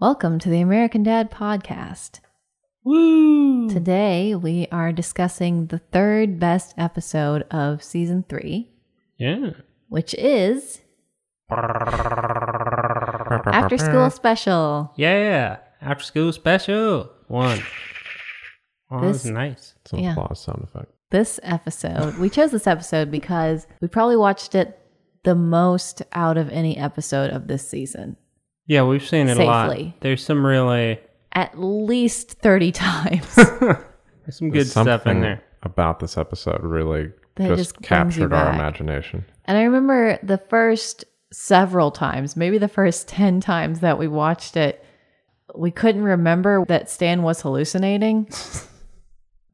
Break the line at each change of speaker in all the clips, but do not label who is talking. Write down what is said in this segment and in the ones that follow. Welcome to the American Dad Podcast.
Woo!
Today we are discussing the third best episode of season three,
Yeah.
which is After School Special.
Yeah. After school special. One. Oh, that was
This-
nice.
It's an
Yeah.
applause sound effect.
This episode, we chose this episode because we probably watched it the most out of any episode of this season,
Yeah, we've seen it a
Safely.
lot. There's some really
at least 30 times.
there's some good
There's
stuff in
something
there.
About this episode, really
That
just,
just brings you
captured our
back.
imagination.
And I remember the first several times, maybe the first 10 times that we watched it, we couldn't remember that Stan was hallucinating.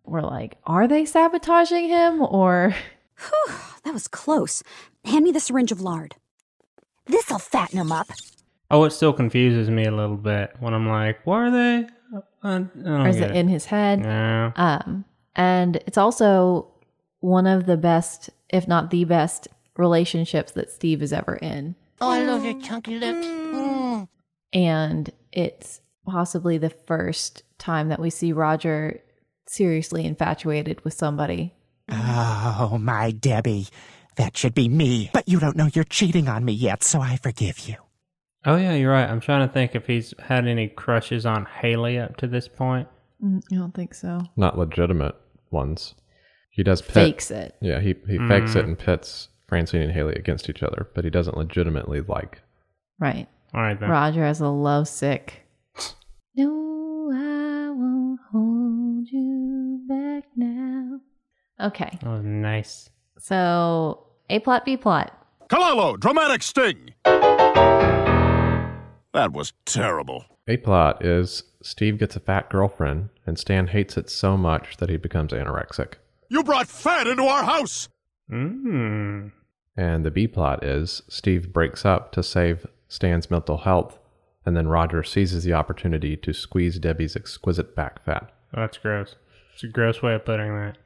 We're like, are they sabotaging him or
That was close. Hand me the syringe of lard. This'll fatten him up.
Oh, it still confuses me a little bit when I'm like, why are they? uh, I, I don't
or is
get
it in his head?
No.
Um, and it's also one of the best, if not the best, relationships that Steve is ever in.
Oh, I love your chunky lips. Mm.
and it's possibly the first time that we see Roger seriously infatuated with somebody.
Oh, my Debbie. That should be me. But you don't know you're cheating on me yet, so I forgive you.
Oh yeah, you're right. I'm trying to think if he's had any crushes on Haley up to this point.
I Mm, don't think so.
Not legitimate ones. He does pit.
Fakes it.
Yeah, he, he fakes
Mm.
it and pits Francine and Haley against each other, but he doesn't legitimately like.
Right.
All right then.
Roger has a lovesick. No, I won't hold you back now. Okay.
That was nice.
So A plot, B plot.
Kalalo, dramatic sting. That was terrible.
A plot is Steve gets a fat girlfriend, and Stan hates it so much that he becomes anorexic.
You brought fat into our house.
Mm.
And the B plot is Steve breaks up to save Stan's mental health, and then Roger seizes the opportunity to squeeze Debbie's exquisite back fat.
That's gross. It's a gross way of putting that.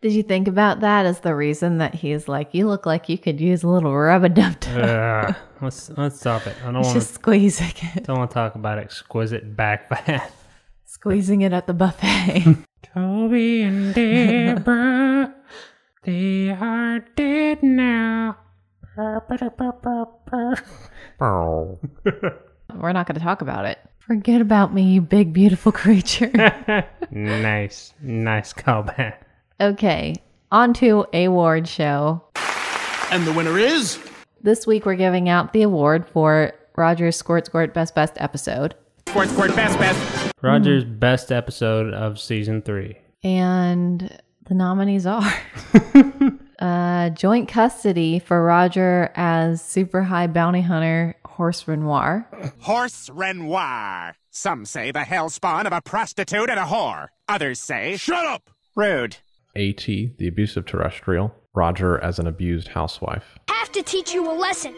Did you think about that as the reason that he's like, you look like you could use a little rub a dub
Ugh. let's let's stop it. I don't want
just
to
squeezing it,
don't want to talk about exquisite back fat.
squeezing it at the buffet.
Toby and Deborah, they are dead now.
We're not going to talk about it. Forget about me, you big, beautiful creature.
nice, nice callback.
okay, on to award show.
And the winner is.
This week we're giving out the award for Roger's Squirt Squirt Best Best episode.
Squirt, squirt, best, best.
Roger's best episode of season three.
And the nominees are uh, Joint Custody for Roger as Super High Bounty Hunter Horse Renoir,
Horse Renoir. Some say the hell spawn of a prostitute and a whore. Others say
Shut up!
rude.
AT, the abusive terrestrial, Roger as an abused housewife.
have to teach you a lesson.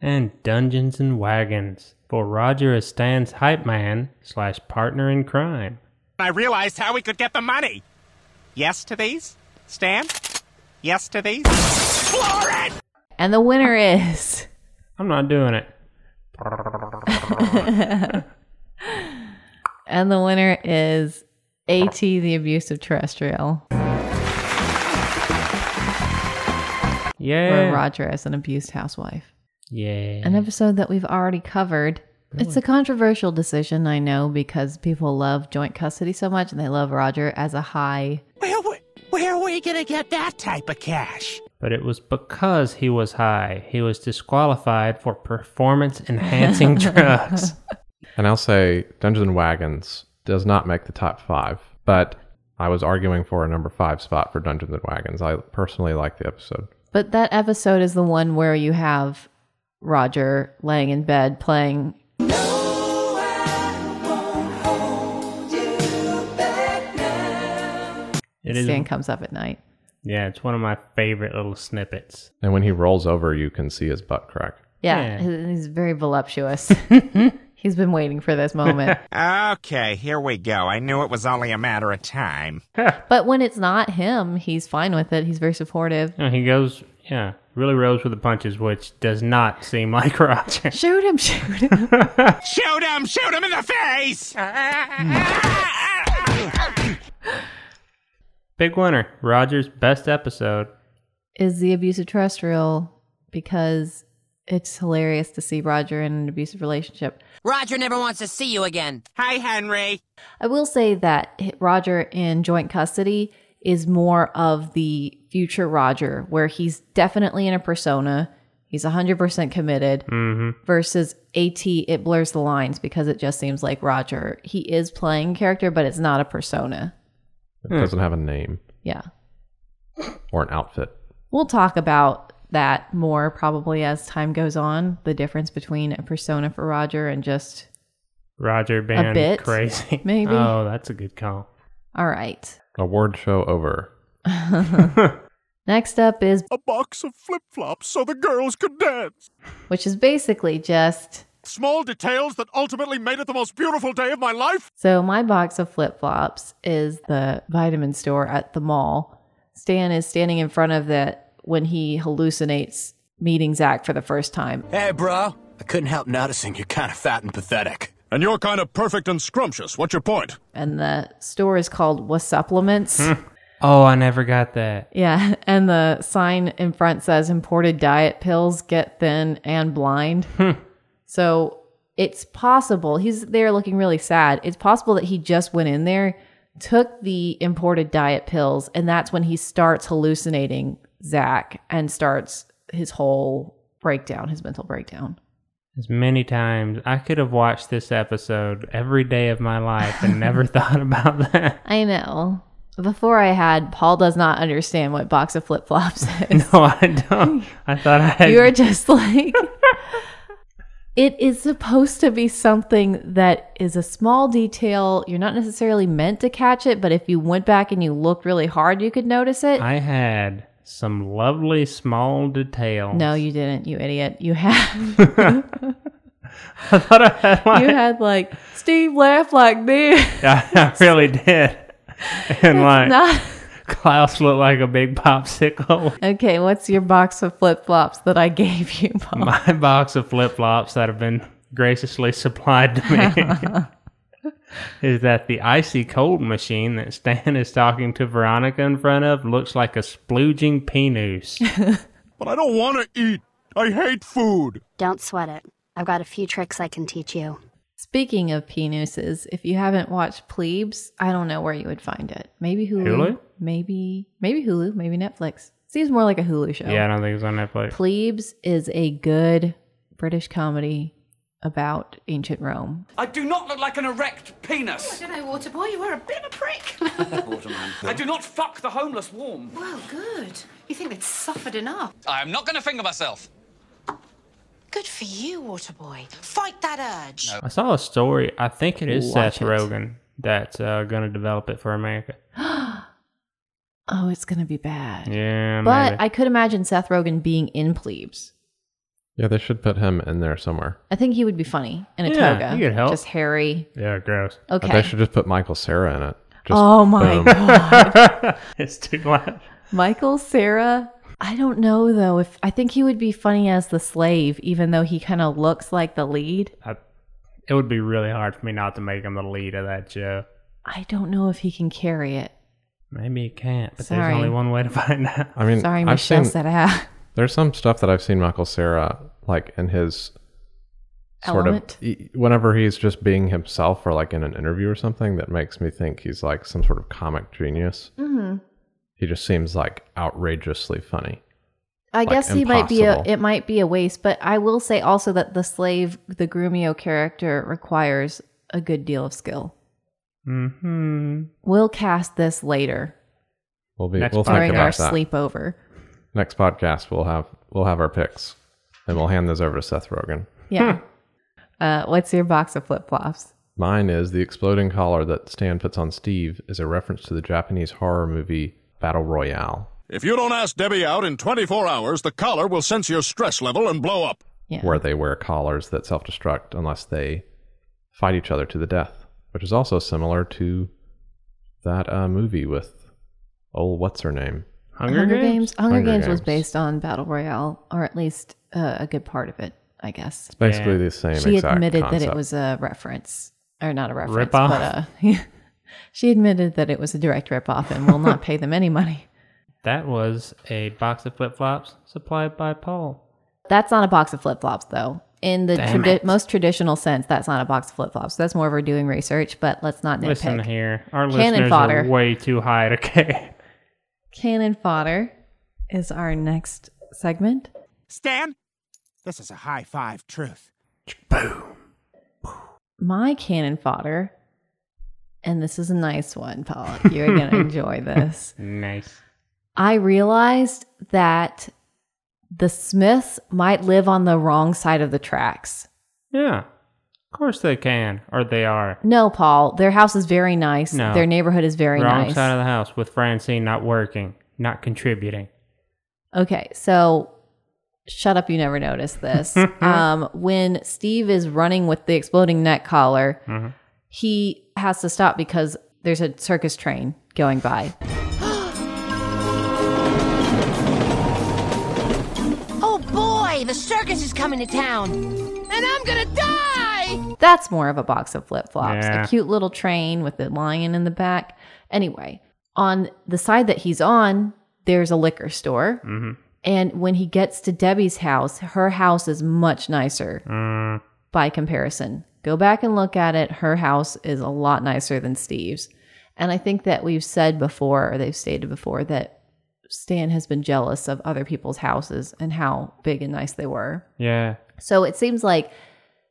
And Dungeons and Wagons for Roger as Stan's hype man slash partner in crime.
I realized how we could get the money. Yes to these? Stan? Yes to these? Lauren!
and the winner is
I'm not doing it.
and the winner is At the Abusive Terrestrial
Yeah.
for Roger as an abused housewife.
Yeah.
an episode that we've already covered. It's a controversial decision, I know, because people love joint custody so much and they love Roger as a high.
Where, we- where are we gonna get that type of cash?
But it was because he was high. He was disqualified for performance enhancing drugs.
And I'll say Dungeons and Wagons does not make the top five, but I was arguing for a number five spot for Dungeons and Wagons. I personally like the episode.
But that episode is the one where you have Roger laying in bed playing.
It is.
Stan comes up at night.
Yeah, it's one of my favorite little snippets.
And when he rolls over, you can see his butt crack.
Yeah, he- he's very voluptuous. he's been waiting for this moment.
Okay, here we go. I knew it was only a matter of time.
but when it's not him, he's fine with it. He's very supportive.
You know, he goes, yeah, Really rose with the punches, which does not seem like Roger.
Shoot him, shoot him.
Shoot him! Shoot him in the face!
Big winner. Roger's best episode.
Is the abusive terrestrial because it's hilarious to see Roger in an abusive relationship.
Roger never wants to see you again.
Hi, Henry.
I will say that Roger in joint custody is more of the future Roger, where he's definitely in a persona. He's 100% committed versus AT, it blurs the lines because it just seems like Roger. He is playing character, but it's not a persona.
It doesn't have a name
Yeah.
or an outfit.
We'll talk about that more probably as time goes on the difference between a persona for Roger and just
Roger band
bit,
crazy.
maybe.
Oh, that's a good call.
all right.
Award show over.
Next up is
A box of flip flops so the girls could dance.
which is basically just
Small details that ultimately made it the most beautiful day of my life.
So my box of flip flops is the vitamin store at the mall. Stan is standing in front of that when he hallucinates meeting Zach for the first time.
Hey, bro. I couldn't help noticing you're kind of fat and pathetic.
And you're kind of perfect and scrumptious. What's your point?
And the store is called What Supplements.
Oh, I never got that.
yeah. And the sign in front says imported diet pills, get thin and blind. so it's possible he's there looking really sad. It's possible that he just went in there, took the imported diet pills, and that's when he starts hallucinating Zach and starts his whole breakdown, his mental breakdown.
As many times I could have watched this episode every day of my life and never thought about that.
I know. Before I had, Paul does not understand what box of flip flops is.
No, I don't. I thought I had.
you are just like it is supposed to be something that is a small detail you're not necessarily meant to catch it but if you went back and you looked really hard you could notice it
I had some lovely small details.
no you didn't you idiot you had
I thought I had
you
like.
had like steve laughed like this
I really did. And like
Not-
Klaus looked like a big popsicle.
okay what's your box of flip-flops that i gave you Paul?
My box of flip flops that have been graciously supplied to me is that the icy cold machine that Stan is talking to Veronica in front of looks like a splooging penis.
But I don't want to eat. I hate food.
Don't sweat it. I've got a few tricks I can teach you.
speaking of penises if you haven't watched plebes i don't know where you would find it maybe hulu,
Hulu?
maybe maybe hulu maybe netflix seems more like a hulu show
yeah, I don't think it's on Netflix.
Plebes is a good British comedy about ancient Rome.
I do not look like an erect penis.
I don't know, water boy, you were a bit of a prick.
I do not fuck the homeless warm.
well, good. You think they'd suffered enough?
I am not going to finger myself.
Good for you, water boy. Fight that urge.
I saw a story. I think it is
Watch
Seth
it.
Rogen that's uh, going to develop it for America.
Oh, it's gonna be bad.
Yeah,
but
maybe.
I could imagine Seth Rogen being in Plebes.
Yeah, they should put him in there somewhere.
I think he would be funny in a
Yeah,
toga.
he could help.
Just hairy.
yeah, gross.
Okay.
They should just put Michael Sarah in it. Just
oh my
boom.
god,
It's too loud.
Michael Sarah. I don't know though. If I think he would be funny as the slave, even though he kind of looks like the lead.
It would be really hard for me not to make him the lead of that show.
I don't know if he can carry it.
Maybe it can't, but
Sorry.
there's only one way to find out.
I mean,
Sorry,
I've
Michelle
seen-
said ah.
There's some stuff that I've seen Michael Sarah like in his sort
Element.
of e- whenever he's just being himself or like in an interview or something that makes me think he's like some sort of comic genius. Mm-hmm. He just seems like outrageously funny.
I guess he might be a
impossible.
it might be a waste, but I will say also that the slave, the Grumio character requires a good deal of skill.
Mm-hmm.
We'll cast this later
We'll be
Next
we'll think
during our
about that.
sleepover.
Next podcast we'll have we'll have our picks and we'll hand those over to Seth Rogen.
Yeah. uh, what's your box of flip flops?
Mine is the exploding collar that Stan puts on Steve is a reference to the Japanese horror movie Battle Royale,
If you don't ask Debbie out in 24 hours, the collar will sense your stress level and blow up.
Yeah.
where they wear collars that self destruct unless they fight each other to the death, which is also similar to that uh, movie with oh, what's her name?
Hunger Games?
Hunger,
Hunger
Games, was
Games.
based on battle royale, or at least uh, a good part of it, I guess. It's
basically the same
She
exact
admitted that it
concept.
was a reference, or not a reference,
Rip-off.
but uh, she admitted that it was a direct ripoff and will not pay them any money.
That was a box of flip flops supplied by Paul.
That's not a box of flip flops, though. In the
Damn
tradi-
it.
most traditional sense, that's not a box of flip flops. That's more of her doing research, but let's not nitpick.
Listen here, our
Cannon
listeners
fodder.
are way too high to care.
Cannon fodder is our next segment.
Stan, this is a high five truth.
My cannon fodder, and this is a nice one, Paul. You're going to enjoy this.
Nice.
I realized that the Smiths might live on the wrong side of the tracks.
Yeah, of course they can, or they are.
No, Paul, their house is very nice.
No.
Their neighborhood is very
Wrong
nice.
side of the house with Francine not working, not contributing.
Okay, so shut up, you never noticed this. um, when Steve is running with the exploding neck collar, he has to stop because there's a circus train going by.
Oh boy, the circus is coming to town. And I'm gonna die!
That's more of a box of flip flops,
Yeah.
a cute little train with the lion in the back. Anyway, on the side that he's on, there's a liquor store. And when he gets to Debbie's house, her house is much nicer by comparison. Go back and look at it. Her house is a lot nicer than Steve's. And I think that we've said before, or they've stated before, that Stan has been jealous of other people's houses and how big and nice they were.
Yeah,
So it seems like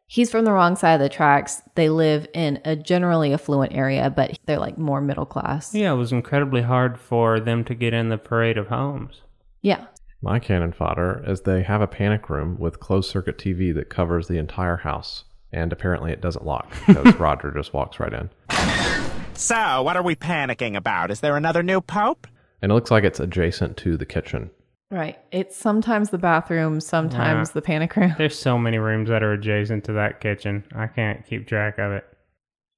he's from the wrong side of the tracks. They live in a generally affluent area, but they're like more middle class.
yeah, it was incredibly hard for them to get in the parade of homes.
Yeah.
My cannon fodder is they have a panic room with closed circuit TV that covers the entire house, and apparently it doesn't lock because Roger just walks right in.
So, what are we panicking about? Is there another new pope?
And it looks like it's adjacent to the kitchen.
Right. It's sometimes the bathroom, sometimes the panic room.
There's so many rooms that are adjacent to that kitchen. I can't keep track of it.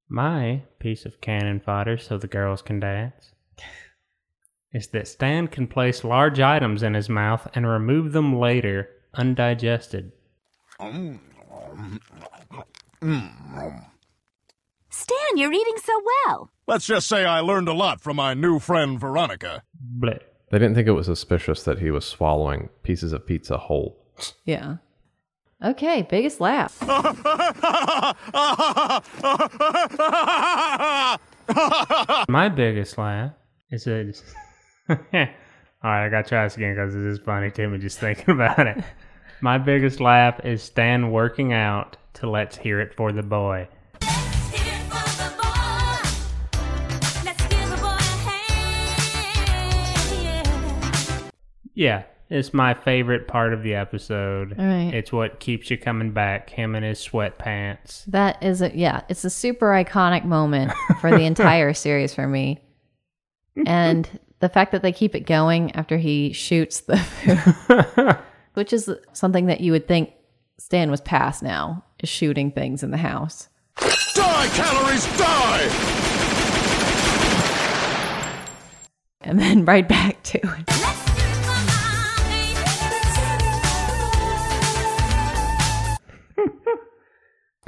My piece of cannon fodder so the girls can dance is that Stan can place large items in his mouth and remove them later undigested.
Stan, you're eating so well.
Let's just say I learned a lot from my new friend Veronica.
Blech.
They didn't think it was suspicious that he was swallowing pieces of pizza whole.
Yeah. Okay. Biggest laugh.
My biggest laugh is that. All right, I gotta try this again because it is funny to me just thinking about it. My biggest laugh is Stan working out to Let's Hear It for the Boy. Yeah, it's my favorite part of the episode.
All right.
It's what keeps you coming back. Him and his sweatpants.
That is a, yeah, it's a super iconic moment for the entire series for me. And the fact that they keep it going after he shoots the food, which is something that you would think Stan was past now, is shooting things in the house.
Die, calories, die!
and then right back to it.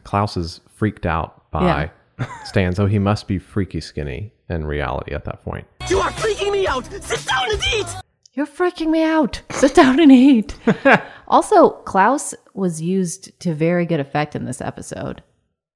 Klaus is freaked out by Stan, so he must be freaky skinny in reality at that point.
You are freaking me out! Sit down and eat!
You're freaking me out. Sit down and eat. also, Klaus was used to very good effect in this episode.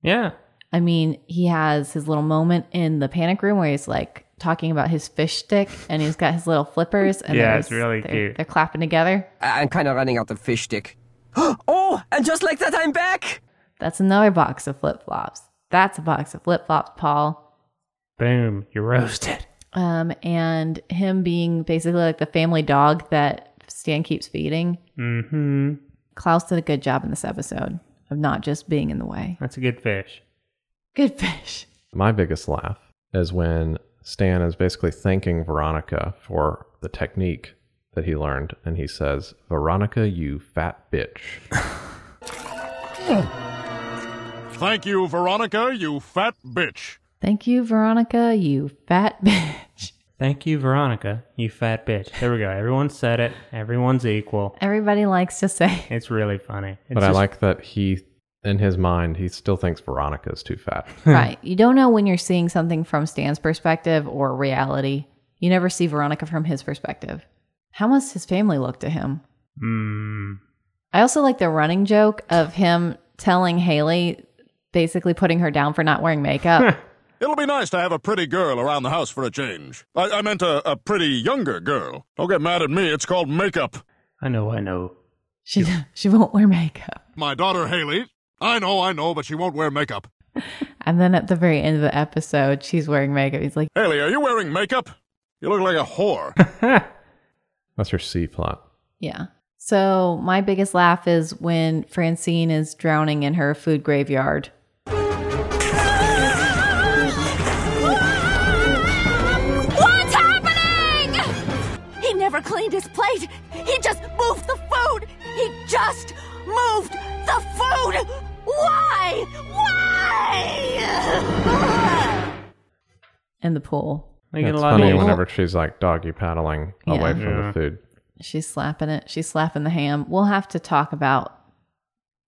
Yeah.
I mean, he has his little moment in the panic room where he's like talking about his fish stick and he's got his little flippers and
Yeah,
there's-
it's really
they're,
cute.
They're clapping together.
I'm kind of running out of fish stick. oh, and just like that, I'm back!
That's another box of flip flops. That's a box of flip flops, Paul.
Boom. You're roasted.
um, and him being basically like the family dog that Stan keeps feeding. Mm-hmm. Klaus did a good job in this episode of not just being in the way.
That's a good fish.
Good fish.
My biggest laugh is when Stan is basically thanking Veronica for the technique that he learned, and he says, Veronica, you fat bitch.
Thank you, Veronica, you fat bitch.
Thank you, Veronica. You fat bitch.
Thank you, Veronica, you fat bitch. There we go. Everyone said it. Everyone's equal.
Everybody likes to say,
It's really funny. It's
but I
just-
like that he, in his mind, he still thinks Veronica is too fat.
right. You don't know when you're seeing something from Stan's perspective or reality. You never see Veronica from his perspective. How must his family look to him?
Mm,
I also like the running joke of him telling Haley, basically putting her down for not wearing makeup.
It'll be nice to have a pretty girl around the house for a change. I, I meant a, a pretty younger girl. Don't get mad at me, it's called makeup.
I know, I know.
she she won't wear makeup.
My daughter Haley. I know, I know, but she won't wear makeup.
And then at the very end of the episode, she's wearing makeup. He's like,
Haley, are you wearing makeup? You look like a whore.
That's your C plot.
yeah. So my biggest laugh is when Francine is drowning in her food graveyard.
What's happening? He never cleaned his plate. He just moved the food. He just moved the food. Why? Why?
In the pool.
Making
it's
a lot of
funny
noise.
whenever she's like doggy paddling away
Yeah.
from
Yeah.
the food.
She's slapping it. She's slapping the ham. We'll have to talk about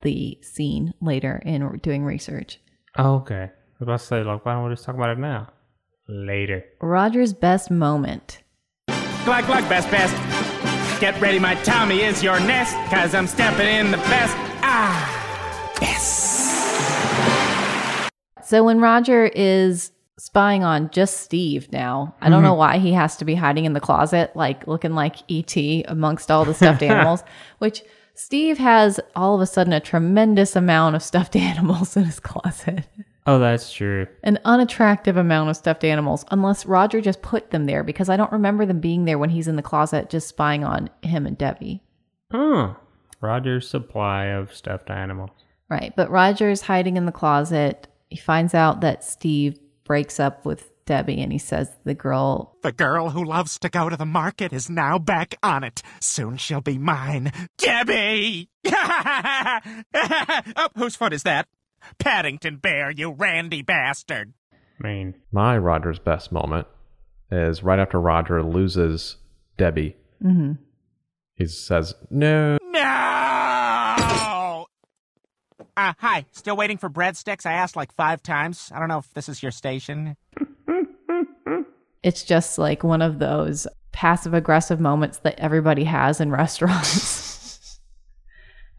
the scene later in doing research.
Oh, okay. I was about to say, like, why don't we just talk about it now? Later.
Roger's best moment.
Glug glug best best. Get ready, my Tommy is your nest, cause I'm stepping in the best. Ah,
So when Roger is spying on just Steve now, I don't know why he has to be hiding in the closet, like looking like ET amongst all the stuffed animals, which Steve has all of a sudden a tremendous amount of stuffed animals in his closet.
Oh, that's true.
An unattractive amount of stuffed animals, unless Roger just put them there because I don't remember them being there when he's in the closet just spying on him and Debbie.
Oh, Roger's supply of stuffed animals.
Right. But Roger is hiding in the closet. He finds out that Steve breaks up with Debbie and he says the girl
The girl who loves to go to the market is now back on it. Soon she'll be mine.
Debbie! oh, whose foot is that? Paddington Bear, you randy bastard.
I mean,
My Roger's best moment is right after Roger loses Debbie.
Mm-hmm.
He says, No,
No! Uh, hi. Still waiting for breadsticks? I asked like five times. I don't know if this is your station.
It's just like one of those passive aggressive moments that everybody has in restaurants.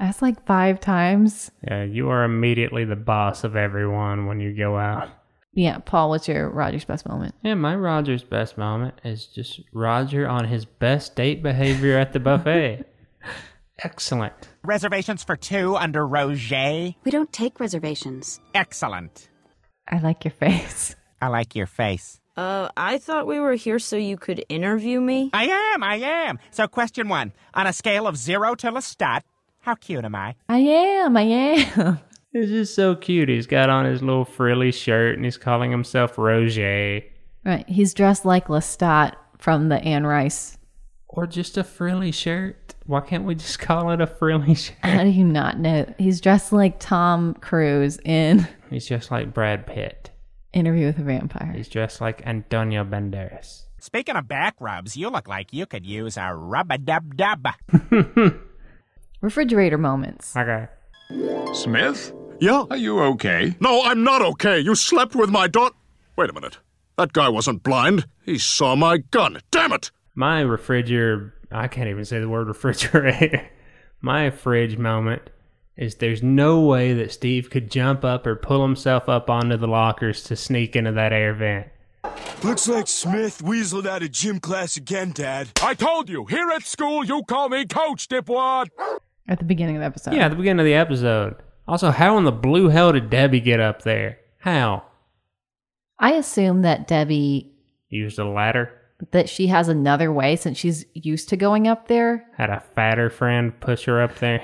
That's like five times.
yeah, you are immediately the boss of everyone when you go out.
Yeah, Paul, what's your Roger's best moment?
Yeah, my Roger's best moment is just Roger on his best date behavior at the buffet. Excellent.
Reservations for two under Roger?
We don't take reservations.
Excellent.
I like your face.
I like your face.
Uh, I thought we were here so you could interview me.
I am, I am. So, question one on a scale of zero to Lestat, how cute am I?
I am, I am.
It's just so cute. He's got on his little frilly shirt and he's calling himself Roger.
Right. He's dressed like Lestat from the Anne Rice.
Or just a frilly shirt. Why can't we just call it a frilly shirt?
How do you not know? He's dressed like Tom Cruise in
He's just like Brad Pitt.
Interview with a Vampire.
He's dressed like Antonio Banderas.
Speaking of back rubs, you look like you could use a rub a dub dub.
Refrigerator moments.
Okay.
Smith? Yeah? Are you okay? No, I'm not okay. You slept with my daughter. Wait a minute. That guy wasn't blind. He saw my gun. Damn it!
My refrigerator, I can't even say the word refrigerator. My fridge moment is there's no way that Steve could jump up or pull himself up onto the lockers to sneak into that air vent.
Looks like Smith weaseled out of gym class again, Dad.
I told you, here at school, you call me coach, dipwad.
At the beginning of the episode.
Yeah, at the beginning of the episode. Also, how in the blue hell did Debbie get up there? How?
I assume that Debbie
Used a ladder?
that she has another way since she's used to going up there.
Had a fatter friend push her up there?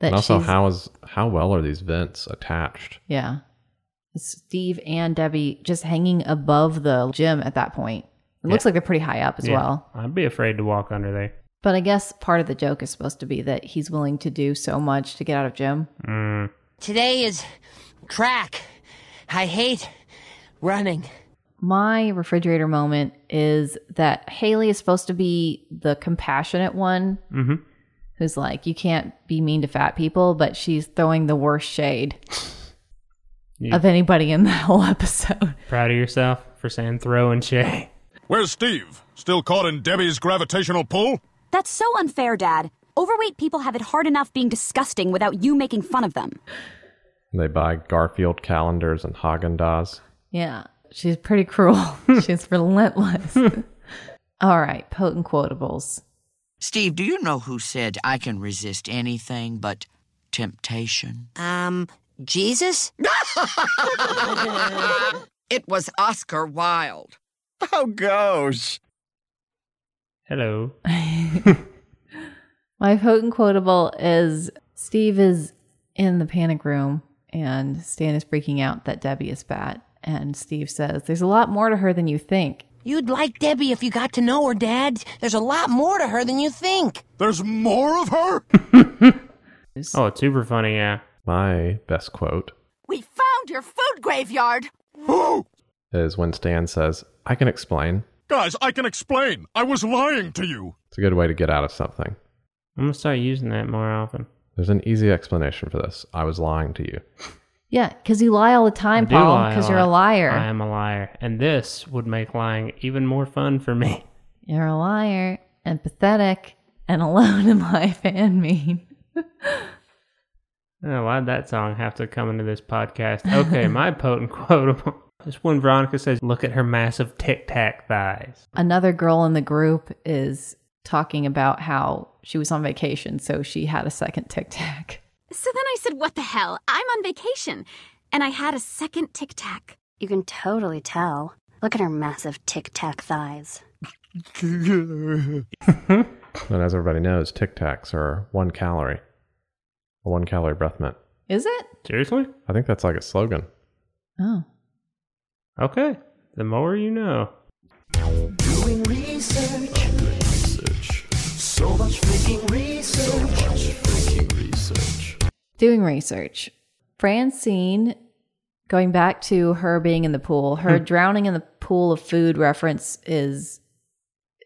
That
and also
she's,
how is how well are these vents attached?
yeah, Steve and Debbie just hanging above the gym at that point. It looks
Yeah.
like they're pretty high up as
Yeah,
well.
I'd be afraid to walk under there.
But I guess part of the joke is supposed to be that he's willing to do so much to get out of gym.
Today is crack. I hate running.
my refrigerator moment is that Haley is supposed to be the compassionate one
Mm-hmm.
who's like, you can't be mean to fat people, but she's throwing the worst shade
Yeah.
of anybody in the whole episode.
Proud of yourself for saying throw and shade.
Where's Steve? Still caught in Debbie's gravitational pull?
That's so unfair, Dad. Overweight people have it hard enough being disgusting without you making fun of them.
They buy Garfield calendars and Haagen Dazs.
Yeah, she's pretty cruel. she's relentless. All right, potent quotables.
Steve, do you know who said, I can resist anything but temptation?
Um, Jesus?
it was Oscar Wilde.
Oh, gosh.
Hello.
My potent quotable is Steve is in the panic room and Stan is freaking out that Debbie is fat. And Steve says, There's a lot more to her than you think.
You'd like Debbie if you got to know her, Dad. There's a lot more to her than you think.
There's more of her?
Oh, it's super funny, yeah.
My best quote
We found your food graveyard.
is when Stan says, I can explain.
Guys, I can explain. I was lying to you.
It's a good way to get out of something.
I'm going to start using that more often.
There's an easy explanation for this. I was lying to you.
Yeah, because you lie all the time,
do
Paul,
lie a
because you're a
lot.
liar.
I am a liar. And this would make lying even more fun for me.
You're a liar and pathetic and alone in life and mean.
Oh, why'd that song have to come into this podcast? Okay, my potent quotable is when Veronica says, Look at her massive tic tac thighs.
Another girl in the group is talking about how she was on vacation, so she had a second tic tac.
So then I said, What the hell? I'm on vacation. And I had a second tic tac.
You can totally tell. Look at her massive tic tac thighs.
And as everybody knows, Tic Tacs are one calorie, a one calorie breath mint.
Is it?
Seriously?
I think that's like a slogan.
Oh.
Okay, the more you know.
Doing research. research. So much freaking research. So much freaking research.
Doing research. Francine, going back to her being in the pool, her drowning in the pool of food reference is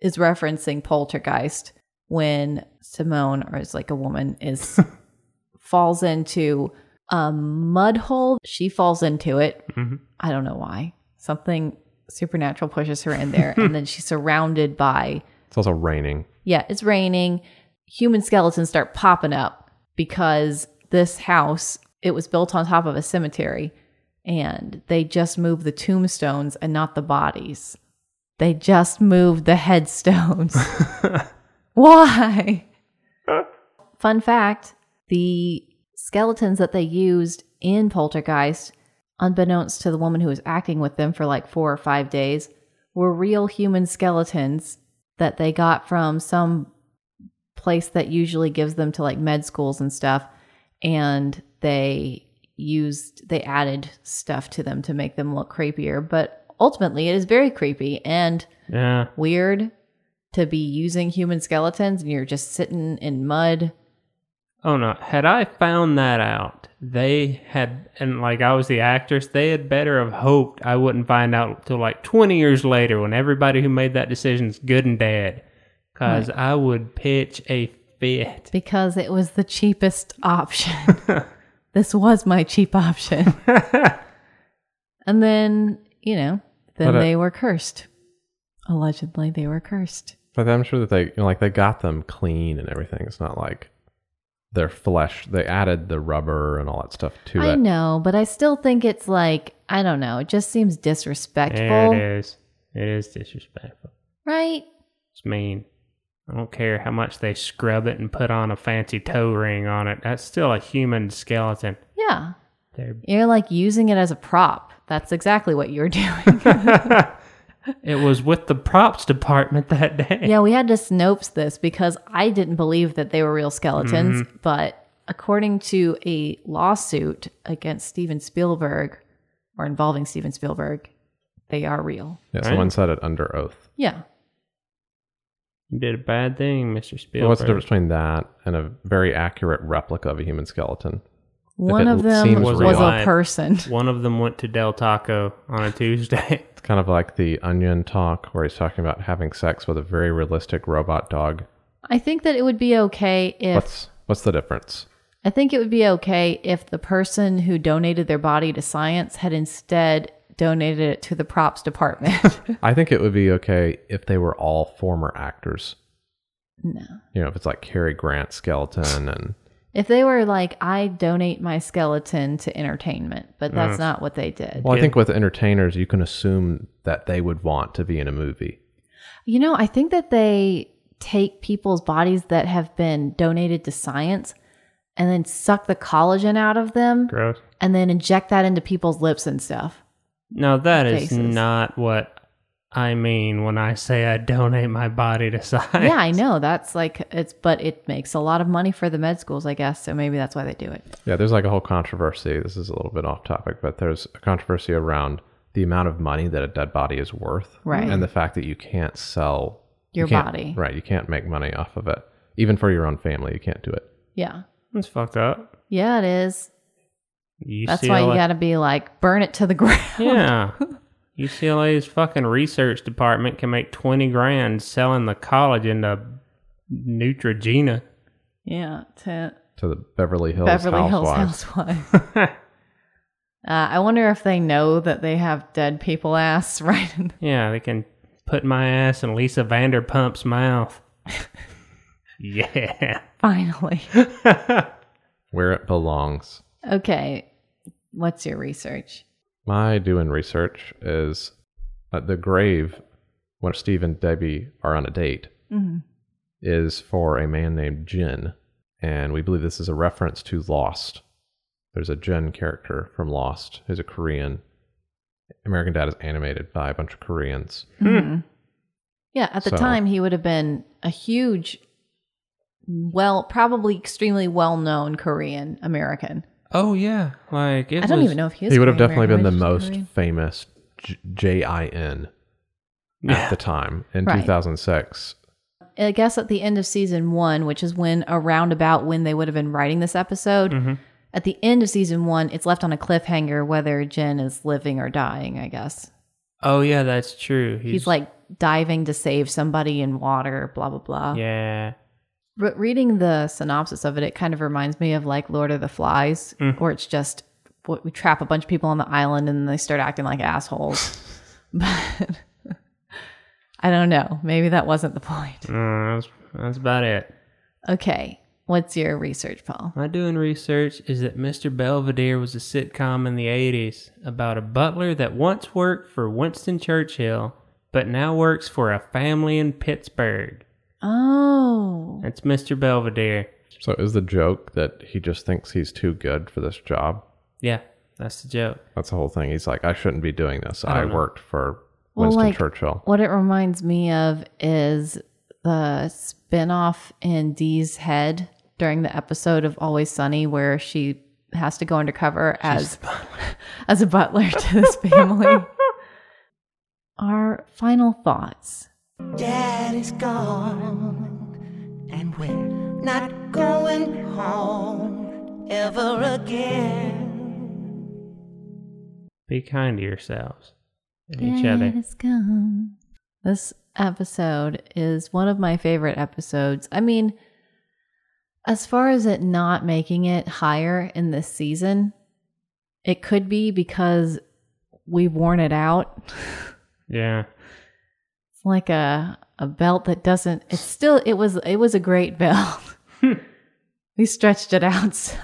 is referencing poltergeist when Simone, or it's like a woman, is falls into a mud hole. She falls into it.
Mhm.
I don't know why. Something supernatural pushes her in there, and then she's surrounded by
It's also raining.
yeah, it's raining. Human skeletons start popping up because this house, it was built on top of a cemetery and they just moved the tombstones and not the bodies. They just moved the headstones. Why? Fun fact the skeletons that they used in Poltergeist, unbeknownst to the woman who was acting with them for like four or five days, were real human skeletons that they got from some place that usually gives them to like med schools and stuff. And they used, they added stuff to them to make them look creepier. But ultimately, it is very creepy and
Yeah.
weird to be using human skeletons and you're just sitting in mud.
Oh no, had I found that out, they had, and like I was the actress, they had better have hoped I wouldn't find out till like 20 years later when everybody who made that decision's good and dead. Because
Right.
I would pitch a fit.
Because it was the cheapest option. this was my cheap option. and then, you know, then
But, uh,
they were cursed. Allegedly, they were cursed.
But I'm sure that they, you know, like, they got them clean and everything. It's not like their flesh. They added the rubber and all that stuff to
I
it.
know, but I still think it's like, I don't know, it just seems
Yeah,
disrespectful,
it is. It is disrespectful.
right?
It's mean. I don't care how much they scrub it and put on a fancy toe ring on it. That's still a human skeleton.
Yeah.
They're-
You're like using it as a prop. That's exactly what you're doing.
It was with the props department that day.
yeah, we had to Snopes this because I didn't believe that they were real skeletons,
Mm-hmm.
Mhm.
but according to a lawsuit against Steven Spielberg or involving Steven Spielberg, they are real.
Yeah, someone said it under oath.
Yeah.
You did a bad thing, Mr. Spielberg.
Well, what's the difference between that and a very accurate replica of a human skeleton?
One
it
of them
seems
was
real.
a person.
One of them went to Del Taco on a Tuesday.
It's kind of like the Onion talk where he's talking about having sex with a very realistic robot dog.
I think that it would be okay if
What's what's the difference?
I think it would be okay if the person who donated their body to science had instead donated it to the props department.
I think it would be okay if they were all former actors.
No.
You know, if it's like Cary Grant skeleton and
if they were like, I donate my skeleton to entertainment, but that's
Mm.
not what they did.
Well, I think with entertainers you can assume that they would want to be in a movie.
You know, I think that they take people's bodies that have been donated to science and then suck the collagen out of them
Gross.
and then inject that into people's lips and stuff.
No, that is
Faces.
not what I mean when I say I donate my body to science.
Yeah, I know. That's like it's but it makes a lot of money for the med schools, I guess, so maybe that's why they do it.
Yeah, there's like a whole controversy. This is a little bit off topic, but there's a controversy around the amount of money that a dead body is worth.
Right.
And the fact that you can't sell you
Your
can't-
body.
Right. You can't make money off of it. Even for your own family, you can't do it.
Yeah.
That's fucked up.
Yeah, it is.
You
that's
see
why
all
you
that-
got to be like burn it to the ground.
Yeah. UCLA's fucking research department can make 20 grand selling the collagen to Neutrogena.
yeah, to
To the Beverly Hills
Beverly
Housewives.
Hills Housewives. uh, I wonder if they know that they have dead people ass right in
Yeah, they can put my ass in Lisa Vanderpump's mouth. yeah.
Finally.
Where it belongs.
okay. What's your research?
My doing research is at the grave when Steve and Debbie are on a date
Mhm.
is for a man named Jin. And we believe this is a reference to Lost. There's a Jin character from Lost who's a Korean. American Dad is animated by a bunch of Koreans.
Mhm. Yeah, at the
So-
time he would have been a huge well, probably extremely well-known Korean American.
Oh, yeah. Like, it
I don't
was-
even know if he is.
He would have
Korean
definitely been
American.
the
He's
most
just Korean.
famous J- J-I-N
Yeah.
at the time in
Right.
2006.
I guess at the end of season one, which is when around about when they would have been writing this episode, at the end of season one, it's left on a cliffhanger whether Jen is living or dying, I guess.
Oh, yeah, that's true.
He's, like diving to save somebody in water, blah, blah, blah.
yeah.
But reading the synopsis of it, it kind of reminds me of like Lord of the Flies,
Mm.
where it's just what we trap a bunch of people on the island and they start acting like assholes. but I don't know. Maybe that wasn't the point.
Mm, that's, that's about it.
Okay. What's your research, Paul?
My doing research is that Mr. Belvedere was a sitcom in the 80s about a butler that once worked for Winston Churchill, but now works for a family in Pittsburgh.
Oh.
That's Mr. Belvedere.
So is the joke that he just thinks he's too good for this job?
Yeah, that's the joke.
That's the whole thing. He's like, I shouldn't be doing this.
I
I,
don't know.
worked for
Well,
Winston
like,
Churchill.
What it reminds me of is the spinoff in Dee's head during the episode of Always Sunny where she has to go undercover as as a butler to this family. Our final thoughts.
Dad is gone, and we're not going home ever again.
Be kind to yourselves and each other.
Let us go. This episode is one of my favorite episodes. I mean, as far as it not making it higher in this season, it could be because we've worn it out.
Yeah.
It's like a a belt that doesn't it's still it was it was a great belt.
Hmm.
we stretched it out so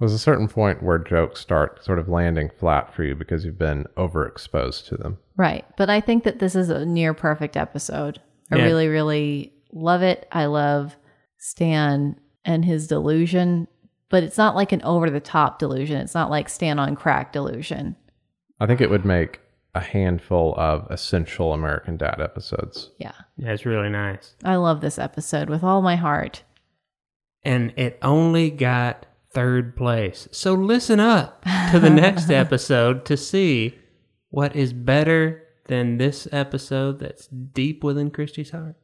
There's a certain point where jokes start sort of landing flat for you because you've been overexposed to them.
Right. But I think that this is a near perfect episode. I
Yeah.
really, really love it. I love Stan and his delusion, but it's not like an over the top delusion. It's not like Stan on crack delusion.
I think it would make a handful of essential American Dad episodes.
Yeah.
Yeah, it's really nice.
I love this episode with all my heart.
And it only got third place. So listen up to the next episode to see what is better than this episode that's deep within Christie's heart.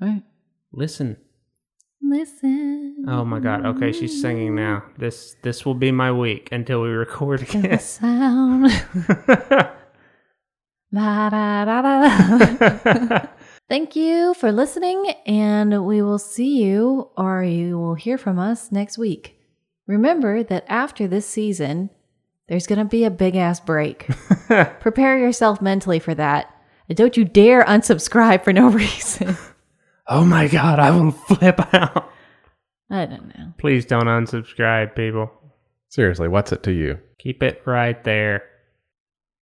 Right.
Listen.
Listen.
Oh my god. Okay, she's singing now. This this will be my week until we
to
record
the
again.
sound. Da, da, da, da, da. Thank you for listening, and we will see you or you will hear from us next week. Remember that after this season, there's going to be a big ass break. Prepare yourself mentally for that. And don't you dare unsubscribe for no reason.
Oh my god, I will flip out.
I don't know.
Please don't unsubscribe, people.
Seriously, what's it to you?
Keep it right there.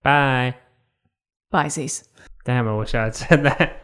Bye.
Pisces.
Damn, I wish I had said that.